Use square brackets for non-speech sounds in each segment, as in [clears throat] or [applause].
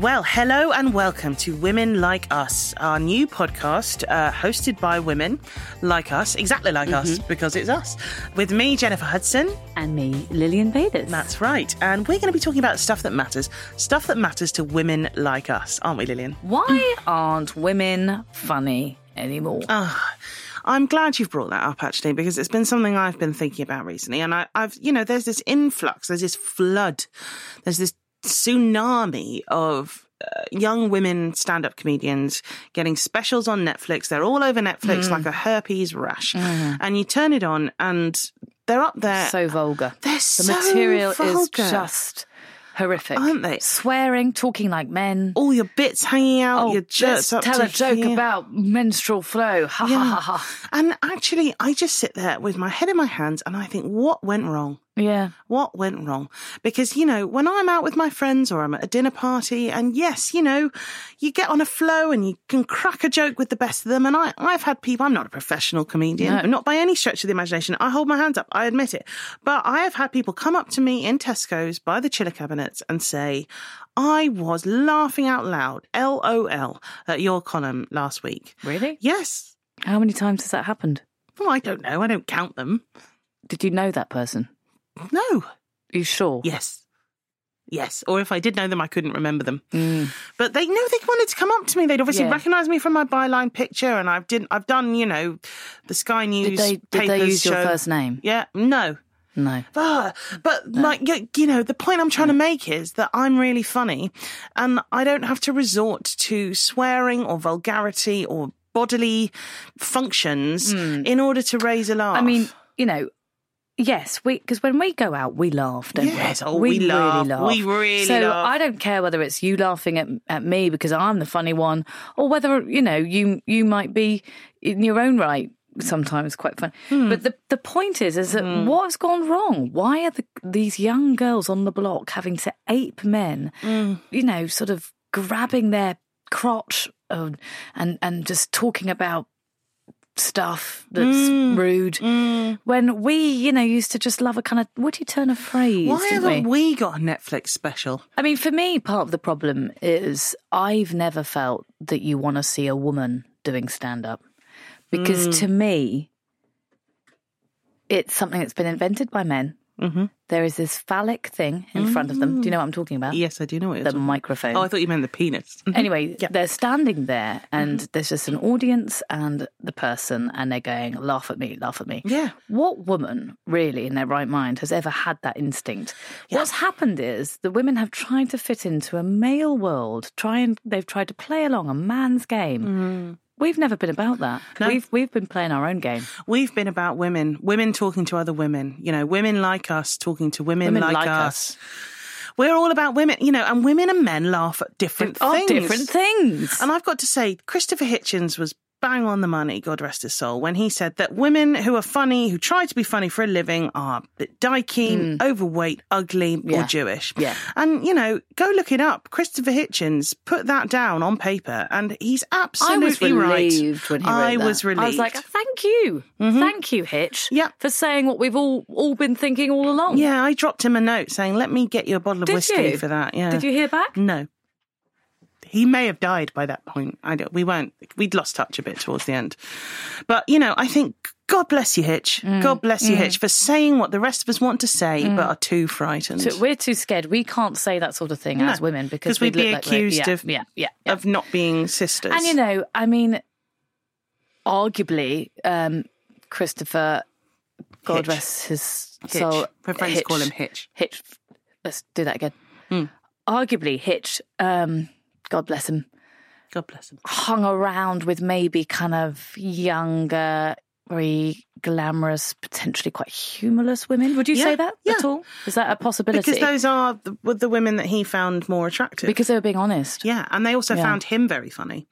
Well, hello and welcome to Women Like Us, our new podcast uh, hosted by women like us, exactly like us, because it's us. With me, Jennifer Hudson. And me, Lillian Vaders. That's right. And we're going to be talking about stuff that matters, stuff that matters to women like us, aren't we, Lillian? Why aren't women funny anymore? Ah, I'm glad you've brought that up actually, because it's been something I've been thinking about recently. And I, I've, you know, there's this influx, there's this flood, there's this tsunami of uh, young women stand up comedians getting specials on Netflix. They're all over Netflix Hmm. like a herpes rash. And you turn it on and they're up there. so vulgar. they're the so material vulgar. is just horrific. Aren't they? Swearing, talking like men. all your bits hanging out, your Oh, let's jerks up tell to a joke here. about menstrual flow. Ha ha ha ha. [laughs] And actually, I just sit there with my head in my hands and I think, what went wrong? Yeah. What went wrong? Because, you know, when I'm out with my friends or I'm at a dinner party, and yes, you know, you get on a flow and you can crack a joke with the best of them. And I, I've had people, I'm not a professional comedian, not by any stretch of the imagination. I hold my hands up, I admit it. But I have had people come up to me in Tesco's by the chiller cabinets and say, I was laughing out loud, LOL, at your column last week. Really? Yes. How many times has that happened? Well, I don't know. I don't count them. Did you know that person? No. Are you sure? Yes. Yes. Or if I did know them, I couldn't remember them. Mm. But they no, they wanted to come up to me. They'd obviously Yeah. recognise me from my byline picture, and I've did I've done you know the Sky News Did they, did they papers use your show. first name? Yeah. No. No. Ah, but like you, you know, the point I'm trying to make is that I'm really funny, and I don't have to resort to swearing or vulgarity or bodily functions in order to raise a laugh. Hmm. I mean, you know, yes, we because when we go out, we laugh, don't Yes, we? oh, we laugh. We really so laugh. I don't care whether it's you laughing at, at me because I'm the funny one, or whether you know you you might be in your own right sometimes quite fun. Hmm. But the the point is, is that what has gone wrong? Why are the, these young girls on the block having to ape men? Hmm. You know, sort of grabbing their crotch uh, and and just talking about stuff that's Mm. rude. When we, you know, used to just love a kind of woody turn of phrase. why didn't haven't we? we got a Netflix special? I mean, for me, part of the problem is I've never felt that you want to see a woman doing stand up because Mm. to me, it's something that's been invented by men. Mm-hmm. is this phallic thing in front of them. Do you know what I'm talking about? Yes, I do know what you're The talking about. microphone. Oh, mm-hmm. I thought you meant the penis. Anyway, they're standing there and Mm-hmm. there's just an audience and the person, and they're going, laugh at me, laugh at me. Yeah. What woman, really, in their right mind, has ever had that instinct? What's happened is the women have tried to fit into a male world, try and they've tried to play along a man's Mm-hmm. game. We've never been about that. We've we've been playing our own game. We've been about women, women talking to other women, you know, women like us talking to women, Women like, like us. We're all about women, you know, and women and men laugh at different Of things. oh, different things. And I've got to say, Christopher Hitchens was bang on the money, God rest his soul, when he said that women who are funny, who try to be funny for a living, are a bit dykey, overweight, ugly, or Mm. Yeah. Jewish. Yeah. And, you know, go look it up. Christopher Hitchens put that down on paper, and he's I was absolutely right. relieved when he wrote I that. was relieved. Mm-hmm. I was like, "Oh, "Thank you, thank you, Hitch, Yeah. for saying what we've all all been thinking all along." Yeah, I dropped him a note saying, "Let me get you a bottle of Did whiskey you? for that." Yeah. Did you hear back? No. He may have died by that point. I don't. We weren't. We'd lost touch a bit towards the end. But you know, I think God bless you, Hitch. Mm. God bless you, Hitch, for saying what the rest of us want to say but are too frightened So we're too scared. We can't say that sort of thing as women because 'cause we'd look be like we're- accused yeah, of- yeah, yeah, yeah. of not being sisters. And you know, I mean, arguably, um, Christopher, God Hitch. rest his Hitch. soul, My friends call him Hitch. Hmm. Hitch. Let's do that again. Arguably, Hitch. Um, God bless him. God bless him. hung around with maybe kind of younger, very glamorous, potentially quite humorless women. Would you Yeah, say that yeah. at all? Is that a possibility? Because those are the, were the women that he found more attractive. Because they were being honest. yeah, and they also found him very funny,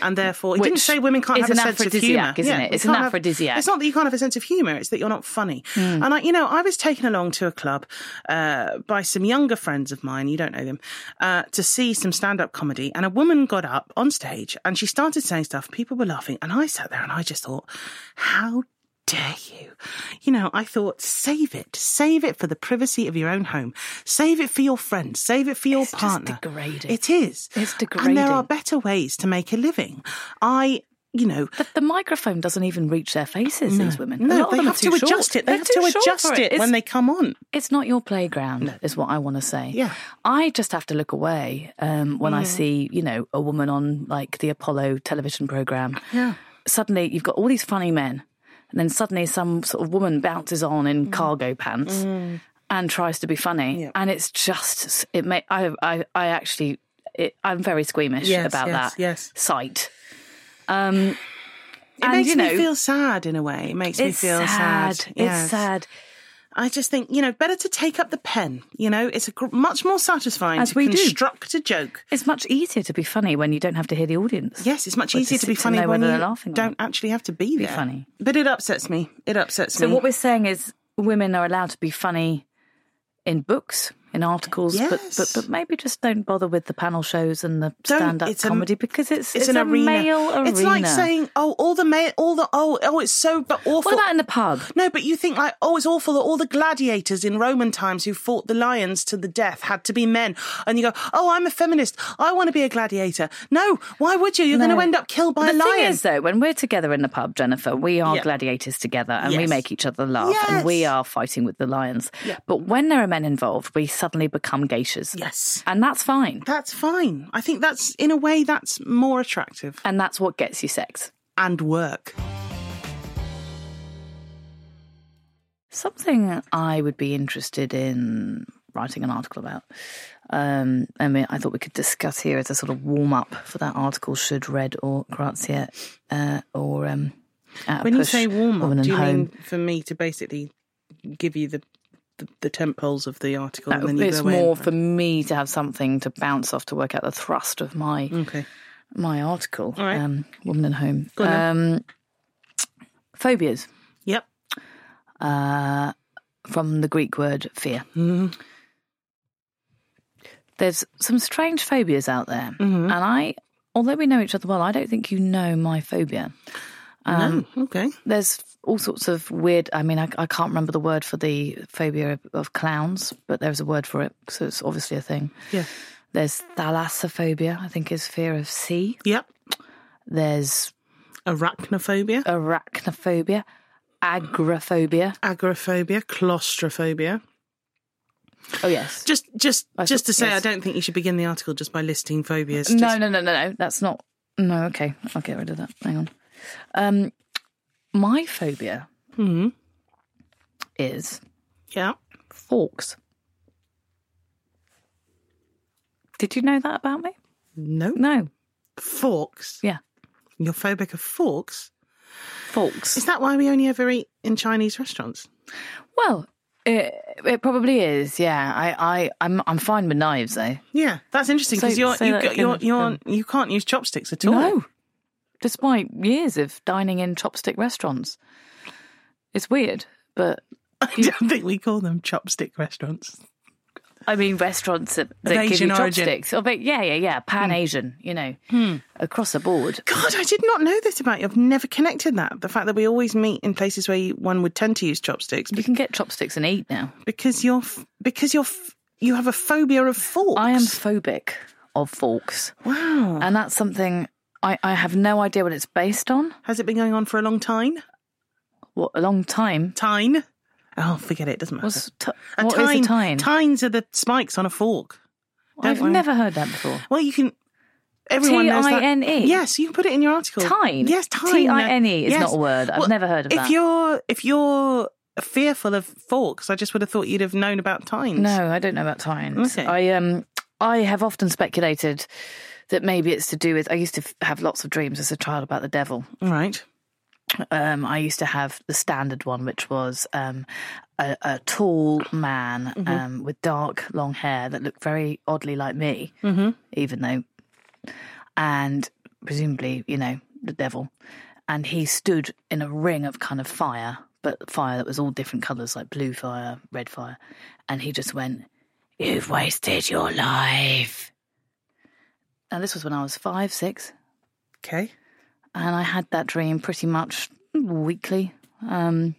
and therefore it didn't Which say women can't is have a an sense of humor, aphrodisiac, isn't it? we It's an can't have- aphrodisiac. Hmm. it's not that you can't have a sense of humor; it's that you're not funny. And I, you know, I was taken along to a club uh, by some younger friends of mine. You don't know them uh, to see some stand-up comedy, and a woman got up on stage and she started saying stuff. People were laughing, and I sat there and I just thought, how dare you? You know, I thought, save it. Save it for the privacy of your own home. Save it for your friends. Save it for your It's just partner. degrading. It is. It's And there degrading. are better ways to make a living. I, you know, The, the microphone doesn't even reach their faces, these women. a lot no, of they them are have to too short. adjust it. They They're have too to short for adjust it, It's, when they come on. it's not your playground, is what I want to say. Yeah. I just have to look away um, when I see, you know, a woman on like the Apollo television program. Yeah. Suddenly, you've got all these funny men, and then suddenly some sort of woman bounces on in cargo pants and tries to be funny, Mm. Yeah. and it's just it. May, I, I I actually it, I'm very squeamish Yes, about yes, that yes. sight. Um, It and makes you know, me feel sad in a way. It makes it's me feel sad. sad. Yes. It's sad. I just think, you know, better to take up the pen. You know, it's a gr- much more satisfying As to we do. construct a joke. It's much easier to be funny when you don't have to hear the audience. Yes, it's much Or to easier to sit be to funny know when whether you they're laughing or don't actually have to be there. funny. But it upsets me. It upsets So me. what we're saying is women are allowed to be funny in books, in articles, but, but Yes. but maybe just don't bother with the panel shows and the Don't- stand up it's a- comedy because it's it's, an a arena. male arena. It's like saying, oh, all the male, all the oh, oh, it's so but awful. What about in the pub? no, but you think like, oh, it's awful that all the gladiators in Roman times who fought the lions to the death had to be men, and you go, oh, I'm a feminist. I want to be a gladiator. No, why would you? You're going to end up killed by a The lion. thing is, though, when we're together in the pub, Jennifer, we are Yeah. gladiators together and we Yes. make each other laugh and we Yes. are fighting with the lions. Yeah. But when there are men involved, we suddenly become geishas. yes. And that's fine. That's fine. I think that's, in a way, that's more attractive And that's what gets you sex. and work. Something I would be interested in writing an article about. Um, I mean, I thought we could discuss here as a sort of warm up for that article. Should Red or Grazia uh, or um, at a When you push, say warm up, Woman do and you Home? mean for me to basically give you the the, the temp poles of the article and then you Uh, it's go in? more for me to have something to bounce off to work out the thrust of my Okay. my article. All right. Um, Woman and Home. on um, phobias Yep. uh, from the Greek word fear. there's some strange phobias out there. And I, although we know each other well, I don't think you know my phobia. Um, no. Okay. There's all sorts of weird, I mean, I, I can't remember the word for the phobia of, of clowns, but there's a word for it. So it's obviously a thing. Yeah. There's thalassophobia, I think is fear of sea. Yep. There's Arachnophobia, arachnophobia, agoraphobia. agoraphobia, claustrophobia. Oh, yes. Just, just, I just thought- to say, yes. I don't think you should begin the article just by listing phobias. No, Just- no, no, no, no. That's not. No, okay. I'll get rid of that. Hang on. Um, my phobia Mhm. is Yeah. forks. Did you know that about me? No. No. Forks. Yeah. You're phobic of forks. Forks. Is that why we only ever eat in Chinese restaurants? Well, it, it probably is. Yeah. I, I, I'm, I'm fine with knives though. Yeah, that's interesting So- because you're, so you that got- can- you're, you're, you can't use chopsticks at all. No. Despite years of dining in chopstick restaurants, it's weird. But [laughs] I don't think we call them chopstick restaurants. I mean, restaurants that, that give Asian you origin. Hmm. chopsticks. Oh, but yeah, yeah, yeah. Pan Asian. You know, across the board. God, I did not know this about you. I've never connected that. The fact that we always meet in places where you, one would tend to use chopsticks You can get chopsticks and eat now. because you're f- because you're f- you have a phobia of forks. I am phobic of forks. wow. And that's something I, I have no idea what it's based on. Has it been going on for a long time? What a long time. Tine. Oh, forget it. Doesn't matter. What's t- a what is tine? a tine? Tines are the spikes on a fork. I've worry. never heard that before. Well, you can. Everyone knows that. T-I-N-E? Yes, you can put it in your article. E? Tine? Yes, tine. T-I-N-E E is Yes. not a word. I've Well, never heard of if that. you're if you're fearful of forks, I just would have thought you'd have known about tines. No, I don't know about tines. Okay. I um I have often speculated that maybe it's to do with I used to f- have lots of dreams as a child about the devil. Right. um, I used to have the standard one, which was um, a, a tall man um, with dark long hair that looked very oddly like me, even though, and presumably, you know, the devil. And he stood in a ring of kind of fire, but fire that was all different colours, like blue fire, red fire. And he just went, You've wasted your life. Now, this was when I was five, six. Okay. And I had that dream pretty much weekly. Um,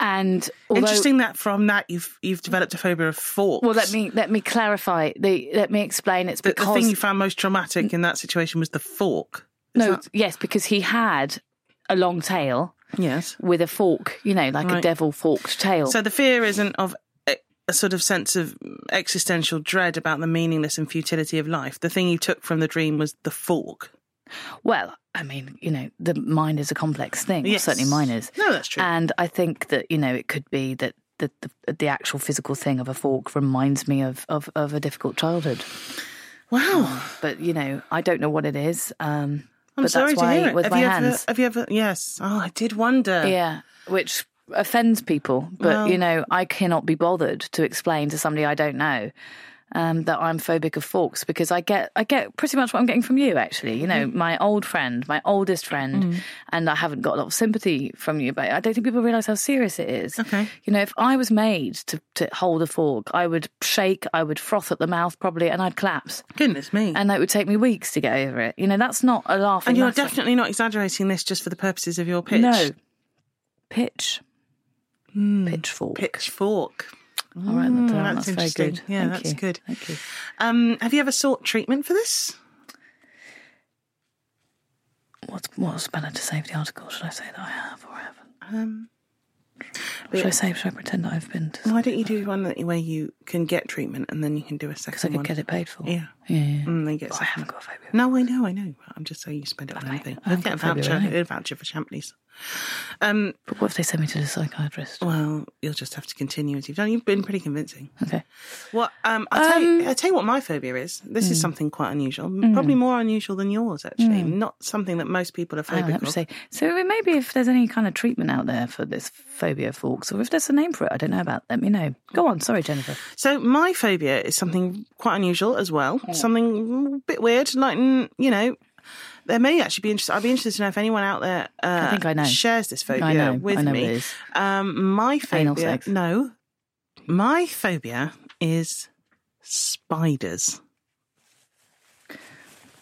and although, Interesting that from that you've you've developed a phobia of forks. Well, let me let me clarify. The, let me explain. It's The, because the thing you found most traumatic in that situation was the fork. Is no, that- yes, because he had a long tail yes. with a fork. You know, like a Right. devil forked tail. So the fear isn't of a, a sort of sense of existential dread about the meaningless and futility of life. The thing you took from the dream was the fork. well, I mean, you know, the mind is a complex thing. Yes. Certainly, mine is. Uh, No, that's true. And I think that you know it could be that the, the the actual physical thing of a fork reminds me of of, of a difficult childhood. wow. But you know, I don't know what it is. Um, I'm but sorry that's to why I hear eat it. with have my you hands. ever? Have you ever? Yes. Oh, I did wonder. yeah, which offends people. But Well- you know, I cannot be bothered to explain to somebody I don't know. Um, that I'm phobic of forks because I get I get pretty much what I'm getting from you actually. You Mm-hmm. know, my old friend, my oldest friend, Mm. and I haven't got a lot of sympathy from you, but I don't think people realise how serious it is. Okay. You know, if I was made to, to hold a fork, I would shake, I would froth at the mouth probably, and I'd collapse. Goodness me. And, And it would take me weeks to get over it. You know, that's not a laughing. you're matter. definitely not exaggerating this just for the purposes of your pitch. no pitch, pitchfork. Pitchfork. All right, that down. Hmm. that's that's, very interesting. good. Yeah, Thank that's you. good. Thank you. Um, have you ever sought treatment for this? What's what's better to save the article? Should I say that I have or I haven't? Um, Should I say? Should I pretend that I've been? to why don't you do one that, where you can get treatment and then you can do a Because I second could one? get it paid for. Yeah. Yeah. yeah. And then get But I second haven't got a phobia. No, I know, I know. I'm just saying you spend it on anything. I I'll get a haven't got voucher, February. a voucher for Champneys. Um, But what if they send me to the psychiatrist? well, you'll just have to continue as you've done. You've been pretty convincing. Okay. What? Um, mm. I tell you, I tell you what, my phobia is. This is something quite unusual, probably more unusual than yours, actually. Not something that most people are Oh, phobic that would of. say. So it- maybe if there's any kind of treatment out there for this phobia of forks, or if there's a name for it, I don't know about. Let me know. Go on. Sorry, Jennifer. So my phobia is something quite unusual as well. Something a bit weird, like mm, you know. There may actually be interested. I'd be interested to know if anyone out there uh, I think I know. shares this phobia I know. with I know me. what it is. Um, my phobia. Anal sex. No, my phobia is spiders.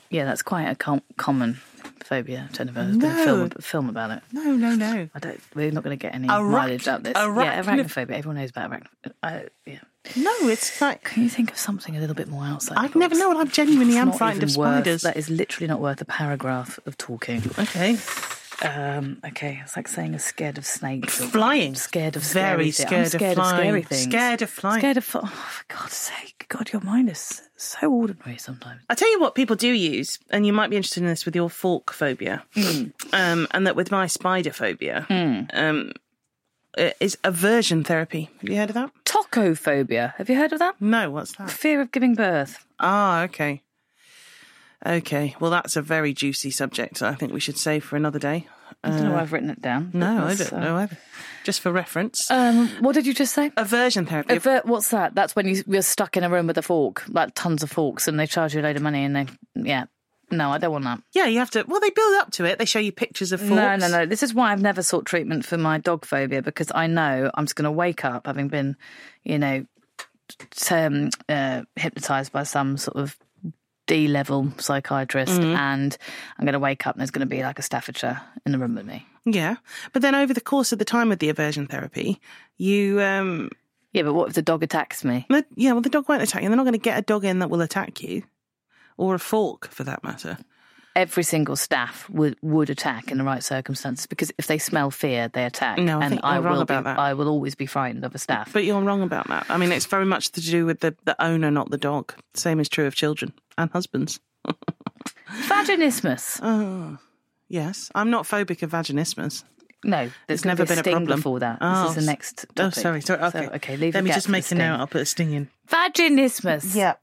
Yeah, that's quite a com- common phobia, Jennifer. There's been a No. film, film about it. No, no, no. I don't. We're not going to get any Arach- mileage out of this. yeah, arachno- arachnophobia. Everyone knows about arachnophobia. I, yeah. No, it's like Can you think of something a little bit more outside? the I've never box? known. I'm genuinely It's am not frightened of even worth- spiders. That is literally not worth a paragraph of talking. Okay, Um, okay, it's like saying I'm scared of snakes. or flying. Scared of very scary things. I'm scared, scared of of flying. scary things. Scared of flying. Scared of. fo- Oh, for God's sake. God, your mind is so ordinary sometimes. I tell you what people do use, and you might be interested in this with your fork phobia, Hmm. um, and that with my spider phobia, um, i- is aversion therapy. Have you heard of that? Tocophobia. Have you heard of that? No, what's that? Fear of giving birth. Ah, okay. Okay, well, that's a very juicy subject. I think we should save for another day. I don't know why I've written it down. No, I That's, don't uh, know either. Just for reference, Um, what did you just say? aversion therapy. Avert, what's that? That's when you, you're stuck in a room with a fork, like tons of forks, and they charge you a load of money, and they, yeah. No, I don't want that. yeah, you have to. Well, they build up to it. They show you pictures of forks. No, no, no. This is why I've never sought treatment for my dog phobia because I know I'm just going to wake up having been, you know, t- um, uh, hypnotized by some sort of D level psychiatrist, and I'm going to wake up and there's going to be like a Staffordshire in the room with me. Yeah, but then over the course of the time of the aversion therapy, you um, Yeah, but what if the dog attacks me? No, yeah, well, the dog won't attack you. They're not going to get a dog in that will attack you, or a fork for that matter. every single staff would would attack in the right circumstances because if they smell fear, they attack. No, I and think I you're wrong will about be, that. I will always be frightened of a staff. But you're wrong about that. I mean, it's very much to do with the, the owner, not the dog. Same is true of children and husbands. Vaginismus. Oh, Yes, I'm not phobic of vaginismus. no, there's never never been a sting problem. before that. Oh, this is the next. Topic. Oh, sorry, sorry. Okay, So, okay, leave Let the me gap just for the make sting. a note. I'll put a sting in. Vaginismus. Yeah.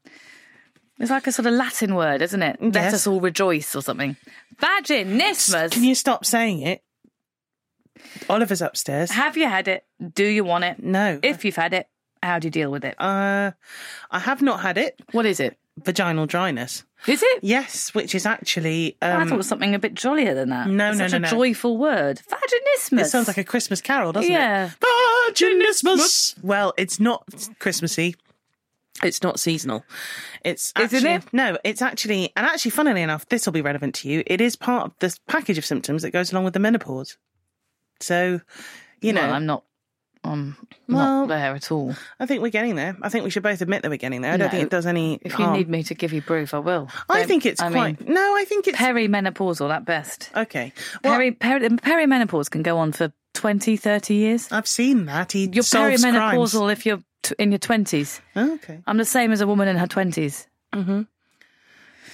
it's like a sort of Latin word, isn't it? Let Yes. us all rejoice or something. Vaginismus. Can you stop saying it? Oliver's upstairs. Have you had it? Do you want it? no. If you've had it, how do you deal with it? uh, I have not had it. What is it? Vaginal dryness. Is it? Yes, which is actually. I Um, thought it was something a bit jollier than that. No, It's no, such no, a no. joyful word. Vaginismus. It sounds like a Christmas carol, doesn't Yeah. it? Vaginismus. Well, it's not Christmassy. It's not seasonal. It's actually, Isn't it? No, it's actually, and actually, funnily enough, this will be relevant to you. It is part of this package of symptoms that goes along with the menopause. So, you know, Well, I'm not. I'm Well- not there at all. I think we're getting there. I think we should both admit that we're getting there. I don't No. think it does any If you harm. need me to give you proof, I will. oh. I Don't- think it's I quite. mean, no, I think it's perimenopausal at best. okay. Well, Peri, peri, perimenopause can go on for 20, 30 years. I've seen that. He You're solves crimes. perimenopausal if you're t- in your 20s. Okay, I'm the same as a woman in her 20s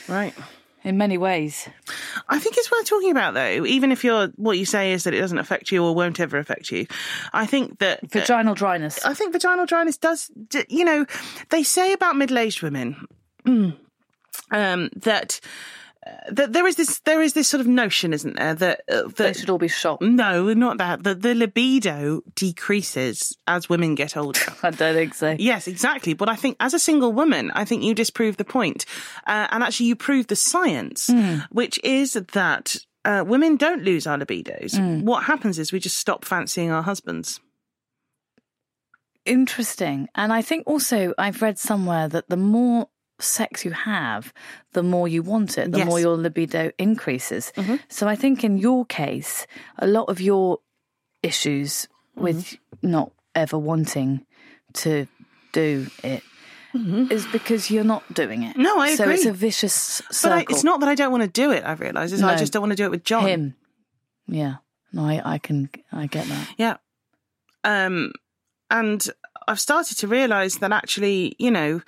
right. in many ways. I think it's worth talking about though. Even if you're what you say is that it doesn't affect you or won't ever affect you, I think that Vaginal dryness. Uh, I think vaginal dryness does, d- you know, they say about middle-aged women [clears throat] um, that uh, that there is this there is this sort of notion, isn't there, that uh, They that should all be shot. no, not that that the libido decreases as women get older. I don't think so. Yes, exactly. But I think as a single woman, I think you disprove the point. Uh, and actually, you prove the science, Hmm. which is that uh, women don't lose our libidos. Hmm. What happens is we just stop fancying our husbands. Interesting. And I think also I've read somewhere that the more sex you have, the more you want it, the Yes. Mm-hmm. more your libido increases. So I think in your case, a lot of your issues Mm-hmm. with not ever wanting to do it is because you're not doing it. Mm-hmm. No, I so it's agree. a vicious s- But circle. I, it's not that I don't want to do it, I've realised. It's I No. just don't want to do it with John. him. Yeah. No, I, I can I get that. Yeah. Um, and I've started to realise that actually, you know,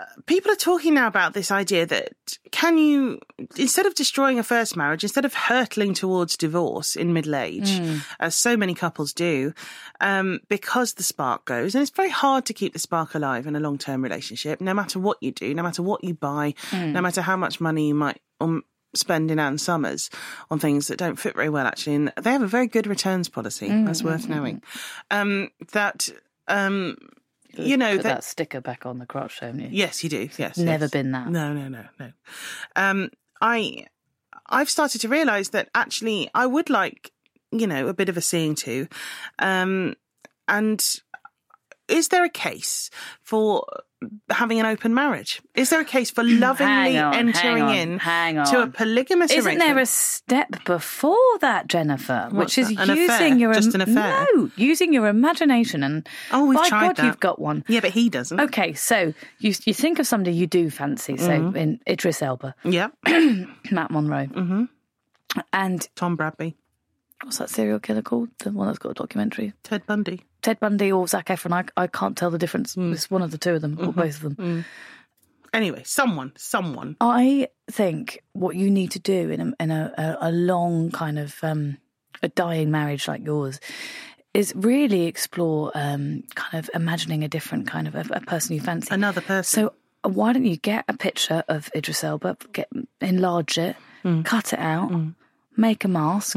uh, people are talking now about this idea that can you, instead of destroying a first marriage, instead of hurtling towards divorce in middle age, as so many couples do, um, because the spark goes, and it's very hard to keep the spark alive in a long term relationship, no matter what you do, no matter what you buy, no matter how much money you might. Um, spend in Anne Summers on things that don't fit very well, actually. And they have a very good returns policy. That's worth knowing. Um, that, um, you know, Put that, that sticker back on the crotch, haven't you? yes, you do. Yes. Never yes. been that. No, no, no, no. Um, I, I've started to realise that actually I would like, you know, a bit of a seeing to, um, and is there a case for having an open marriage? Is there a case for lovingly Mm, Hang on, hang entering on, in hang on. to a polygamous Isn't arrangement? there a step before that, Jennifer? What's which is that? An using affair? your Just an affair? no, using your imagination and Oh, we've by tried God, that. you've got Oh. one. Yeah, but he doesn't. Okay, so you you think of somebody you do fancy, so Mm-hmm. in Idris Elba, [clears throat] Yeah, Matt Monroe, mm-hmm. and Tom Bradby, what's that serial killer called? The one that's got a documentary, Ted Bundy. Ted Bundy or Zac Efron? I, I can't tell the difference. Mm. It's one of the two of them Mm-hmm. or both of them. Anyway, someone, someone. I think what you need to do in a, in a, a, a long kind of um, a dying marriage like yours is really explore um, kind of imagining a different kind of a, a person you fancy. Another person. So uh, why don't you get a picture of Idris Elba, get enlarge it, Mm. cut it out, make a mask,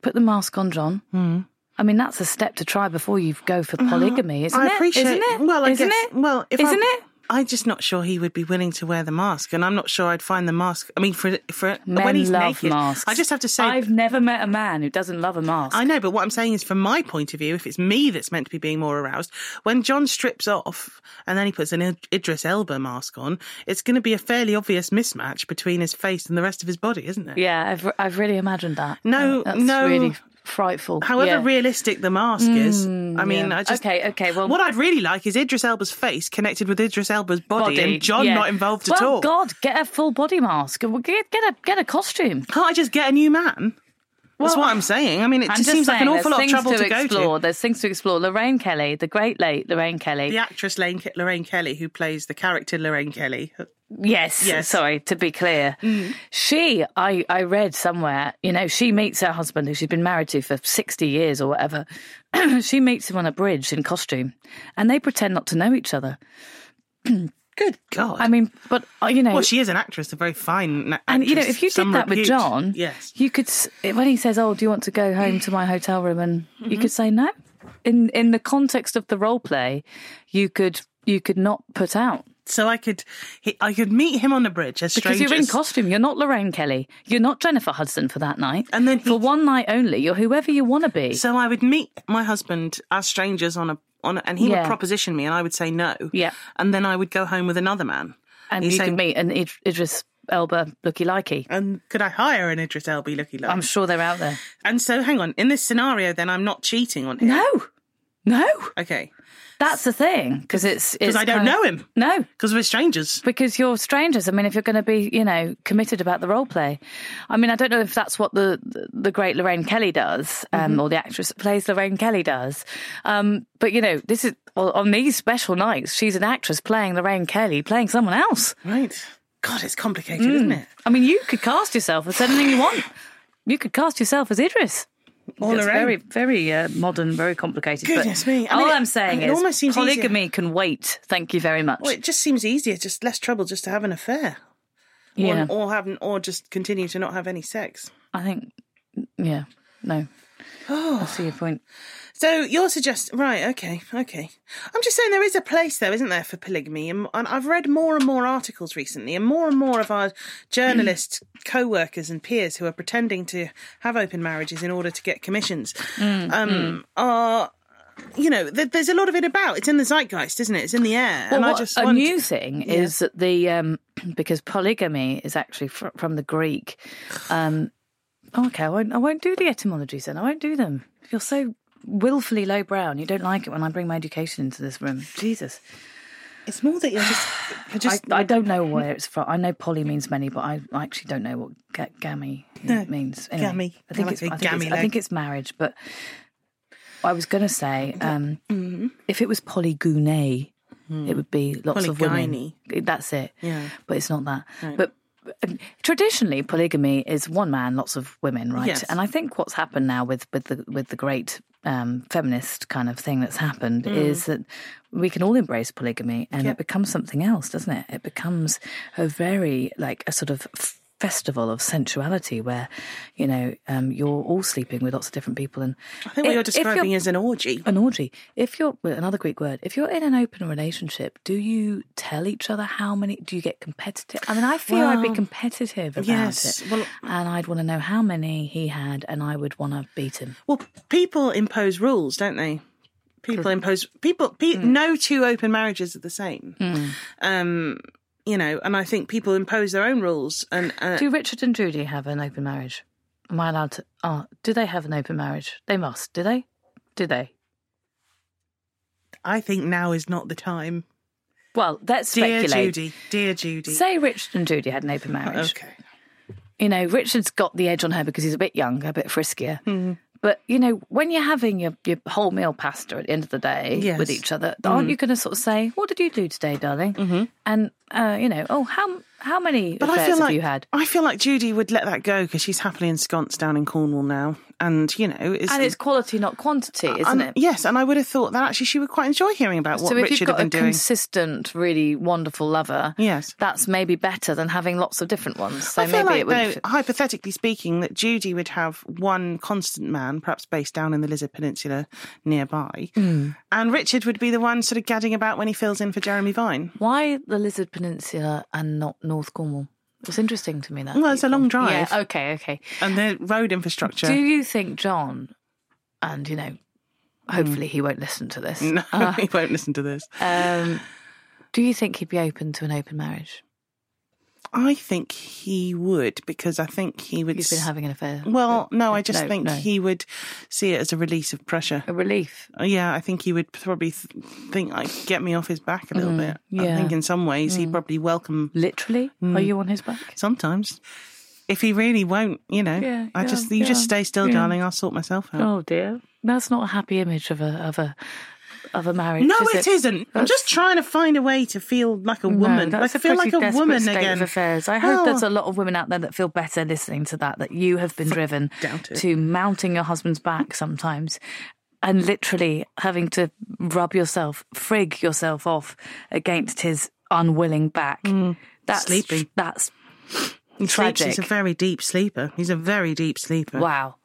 put the mask on John. Mm. I mean, that's a step to try before you go for polygamy, isn't Uh-huh. I it? appreciate. Isn't it? Well, I isn't guess, it? Well, if Isn't I'm, it? I'm just not sure he would be willing to wear the mask, and I'm not sure I'd find the mask. I mean, for for Men when he's love naked, masks. I just have to say. i I've never met a man who doesn't love a mask. know, but what I'm saying is, from my point of view, if it's me that's meant to be being more aroused, when John strips off and then he puts an Id- Idris Elba mask on, it's going to be a fairly obvious mismatch between his face and the rest of his body, isn't it? yeah, I've I've really imagined that. No, Uh, that's no. really frightful. However yeah. Mm, realistic the mask is, I mean, yeah. I just Okay, okay, well- what I'd really like is Idris Elba's face connected with Idris Elba's body, Body, and John yeah. not involved at Well, all. God, get a full body mask. Well, Get get a get a costume. Can't I just get a new man? That's what I'm saying. I mean, it I'm just, seems like an saying, awful lot there's of things trouble to, go explore. to. There's things to explore. Lorraine Kelly, the great late Lorraine Kelly. The actress Lane, Ke- Lorraine Kelly, who plays the character Lorraine Kelly. Yes, Yes. Mm. Sorry, to be clear, she I I read somewhere. You know, she meets her husband who she's been married to for sixty years or whatever. [clears throat] she meets him on a bridge in costume, and they pretend not to know each other. [clears throat] Good God! I mean, but uh, you know, well, she is an actress, a very fine. na- and you know, actress, if you did some that with repute. John, yes, you could. s- When he says, "Oh, do you want to go home to my hotel room?" and you Mm-hmm. could say no. In in the context of the role play, you could you could not put out so I could, he, I could meet him on the bridge as because strangers. you're in costume. You're not Lorraine Kelly. You're not Jennifer Hudson for that night. And then he- for one night only, you're whoever you want to be. So I would meet my husband as strangers on a on, a, and he would Yeah. proposition me, and I would say no. Yeah. and then I would go home with another man. and you you say- could meet an Id- Idris Elba looky likey. And could I hire an Idris Elby looky like? I'm sure they're out there. and so, hang on. In this scenario, then I'm not cheating on him. No, no, Okay. that's the thing because it's because I don't know him. No, Because we're strangers. because you're strangers. I mean, if you're going to be, you know, committed about the role play, I mean, I don't know if that's what the the, the great Lorraine Kelly does, um, Mm-hmm. or the actress that plays Lorraine Kelly does. Um, but you know, this is on- on these special nights, she's an actress playing Lorraine Kelly, playing someone else. Right. God, it's complicated, isn't it? I mean, you could cast yourself as anything you want. You could cast yourself as Idris. All it's around. very, very uh, modern, very complicated. Goodness but me. I all mean, it- I'm saying it is almost seems easier. polygamy can wait. Thank you very much. Well, it just seems easier, just less trouble, just to have an affair, yeah, or, or have, or just continue to not have any sex. I think. Yeah, no. Oh. I see your point. So you're suggest right? Okay, okay. I'm just saying there is a place though, isn't there, for polygamy? And, and I've read more and more articles recently, and more and more of our [clears throat] journalists, co-workers, and peers who are pretending to have open marriages in order to get commissions Mm, um, are. You know, th- there's a lot of it about. It's in the zeitgeist, isn't it? It's in the air. and I what- just a wondered- new thing is that the um, [clears throat] because polygamy is actually fr- from the Greek. Um, [sighs] oh, okay, I won't, I won't do the etymologies then. I won't do them. You're so willfully lowbrow, and you don't like it when I bring my education into this room. Jesus, It's more that you're just, you're I, just I [laughs] don't know where it's from. I know poly means many, but I I actually don't know what ga- gammy means. Anyway, gammy. I think I like it's a I think, gammy it's, I leg. think it's marriage, but I was going to say um, Mm-hmm. if it was polygyny, Hmm. it would be lots of women. That's it. Yeah. but it's not that. But um, traditionally, polygamy is one man, lots of women, right? Yes. And I think what's happened now with with the with the great um, feminist kind of thing that's happened Mm. is that we can all embrace polygamy, and it becomes something else, doesn't it? It becomes a very like a sort of f- festival of sensuality where you know um, you're all sleeping with lots of different people and I think what you're if- if you're- describing is an orgy. an orgy. If you're well, another Greek word, if you're in an open relationship, do you tell each other how many? Do you get competitive? I mean, I feel I'd be Well, competitive about yes, it, well- and I'd want to know how many he had, and I would want to beat him. Well, people impose rules, don't they? People impose people. Pe- Hmm. No two open marriages are the same. Um, you know, and I think people impose their own rules. And uh, Do Richard and Judy have an open marriage? Am I allowed to? Oh, do they have an open marriage? They must. Do they? Do they? I think now is not the time, Well, let's dear speculate. Judy. Dear Judy. Say Richard and Judy had an open marriage. okay. you know, Richard's got the edge on her because he's a bit younger, a bit friskier. Mm-hmm. But you know, when you're having your, your whole meal pasta at the end of the day Yes. Mm-hmm. with each other, aren't you going to sort of say, "What did you do today, darling?" Mm-hmm. And uh, you know, oh, how how many But affairs I feel have like you had? I feel like Judy would let that go because she's happily ensconced down in Cornwall now, and you know, it's, And it's quality, not quantity, isn't and- it? Yes, and I would have thought that actually she would quite enjoy hearing about what so if Richard you've got had a been doing. consistent, really wonderful lover, Yes. that's maybe better than having lots of different ones. So I feel maybe like, it would. though, hypothetically speaking, that Judy would have one constant man, perhaps based down in the Lizard Peninsula nearby, Hmm. and Richard would be the one sort of gadding about when he fills in for Jeremy Vine. Why the Lizard Peninsula and not North Cornwall? It's interesting to me that. Well, it's a long drive, yeah. Okay. Okay. uh, and the road infrastructure. Do you think John, and you know, hopefully he won't listen to [laughs] this. Hmm. no, he won't listen to this. Um, do you think he'd be open to an open marriage? I think he would because I think he would. He's been s- having an affair. well, no, I just No, think no. he would see it as a release of pressure. A relief. Yeah, I think he would probably th- think like get me off his back a little bit. I Mm, yeah. Mm. think in some ways he'd probably welcome Literally? Hmm. Are you on his back? Sometimes. If he really won't, you know, Yeah, I just yeah, you just yeah, stay still, yeah. darling. I'll sort myself out. Oh dear. That's not a happy image of a of a of a marriage. no, is it isn't. I'm just trying to find a way to feel like a No, woman. Um, like that's I a feel pretty like a desperate woman state again. Of affairs. I hope Oh. there's a lot of women out there that feel better listening to that. That you have been driven doubt it. to mounting your husband's back sometimes, and literally having to rub yourself, frig yourself off against his unwilling back. Mm. That's Sleeping. That's He sleeps. He's a tragic. very deep sleeper. He's a very deep sleeper. wow.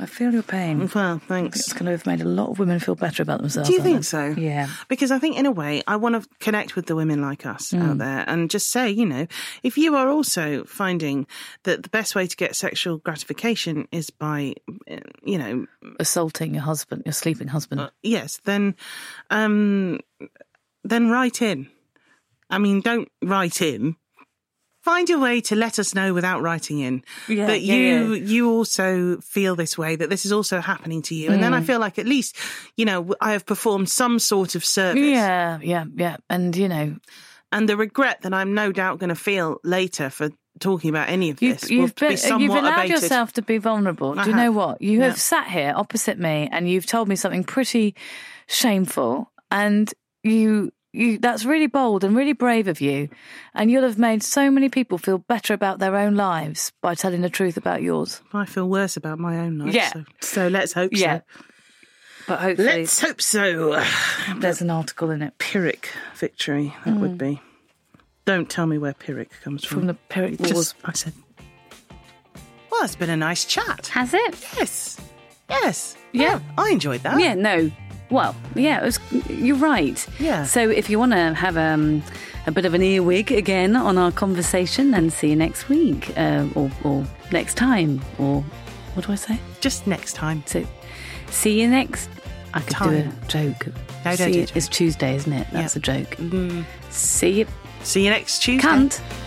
I feel your pain. Well, thanks. It's going to have made a lot of women feel better about themselves. Mm. Do you hasn't think it? so? Yeah. Because I think, in a way, I want to connect with the women like us Mm. out there and just say, you know, if you are also finding that the best way to get sexual gratification is by, eh, you know, Assaulting your husband, your sleeping husband. Uh, yes, then um then write in. I mean, don't write in. find a way to let us know without writing in Yeah, that yeah, you you also feel this way, that this is also happening to you, and Mm. then I feel like at least you know I have performed some sort of service. Yeah, yeah, yeah. And you know, and the regret that I'm no doubt going to feel later for talking about any of you, this will you've be been, you've somewhat allowed abated. yourself to be vulnerable. Do you know have. what? You Yeah. have sat here opposite me, and you've told me something pretty shameful, and you. You, that's really bold and really brave of you, and you'll have made so many people feel better about their own lives by telling the truth about yours. I feel worse about my own life. Yeah. So, so let's hope so. but hopefully Let's hope so. there's an article in it Pyrrhic victory, that would be. Don't tell me where Pyrrhic comes from. Mm. from the Pyrrhic Wars. Just- I said. Well, it's been a nice chat. Has it? Yes. Yes. Yeah. I enjoyed that. Yeah, no. Well, yeah, it was, you're right. Yeah. So if you want to have um, a bit of an earwig again on our conversation, then see you next week uh, or, or next time or what do I say? Just next time. So see you next. I could Time. do a joke. No, don't See do you- a joke. Mm-hmm. It's Tuesday, isn't it? That's a joke. See you, See you next Tuesday. cunt.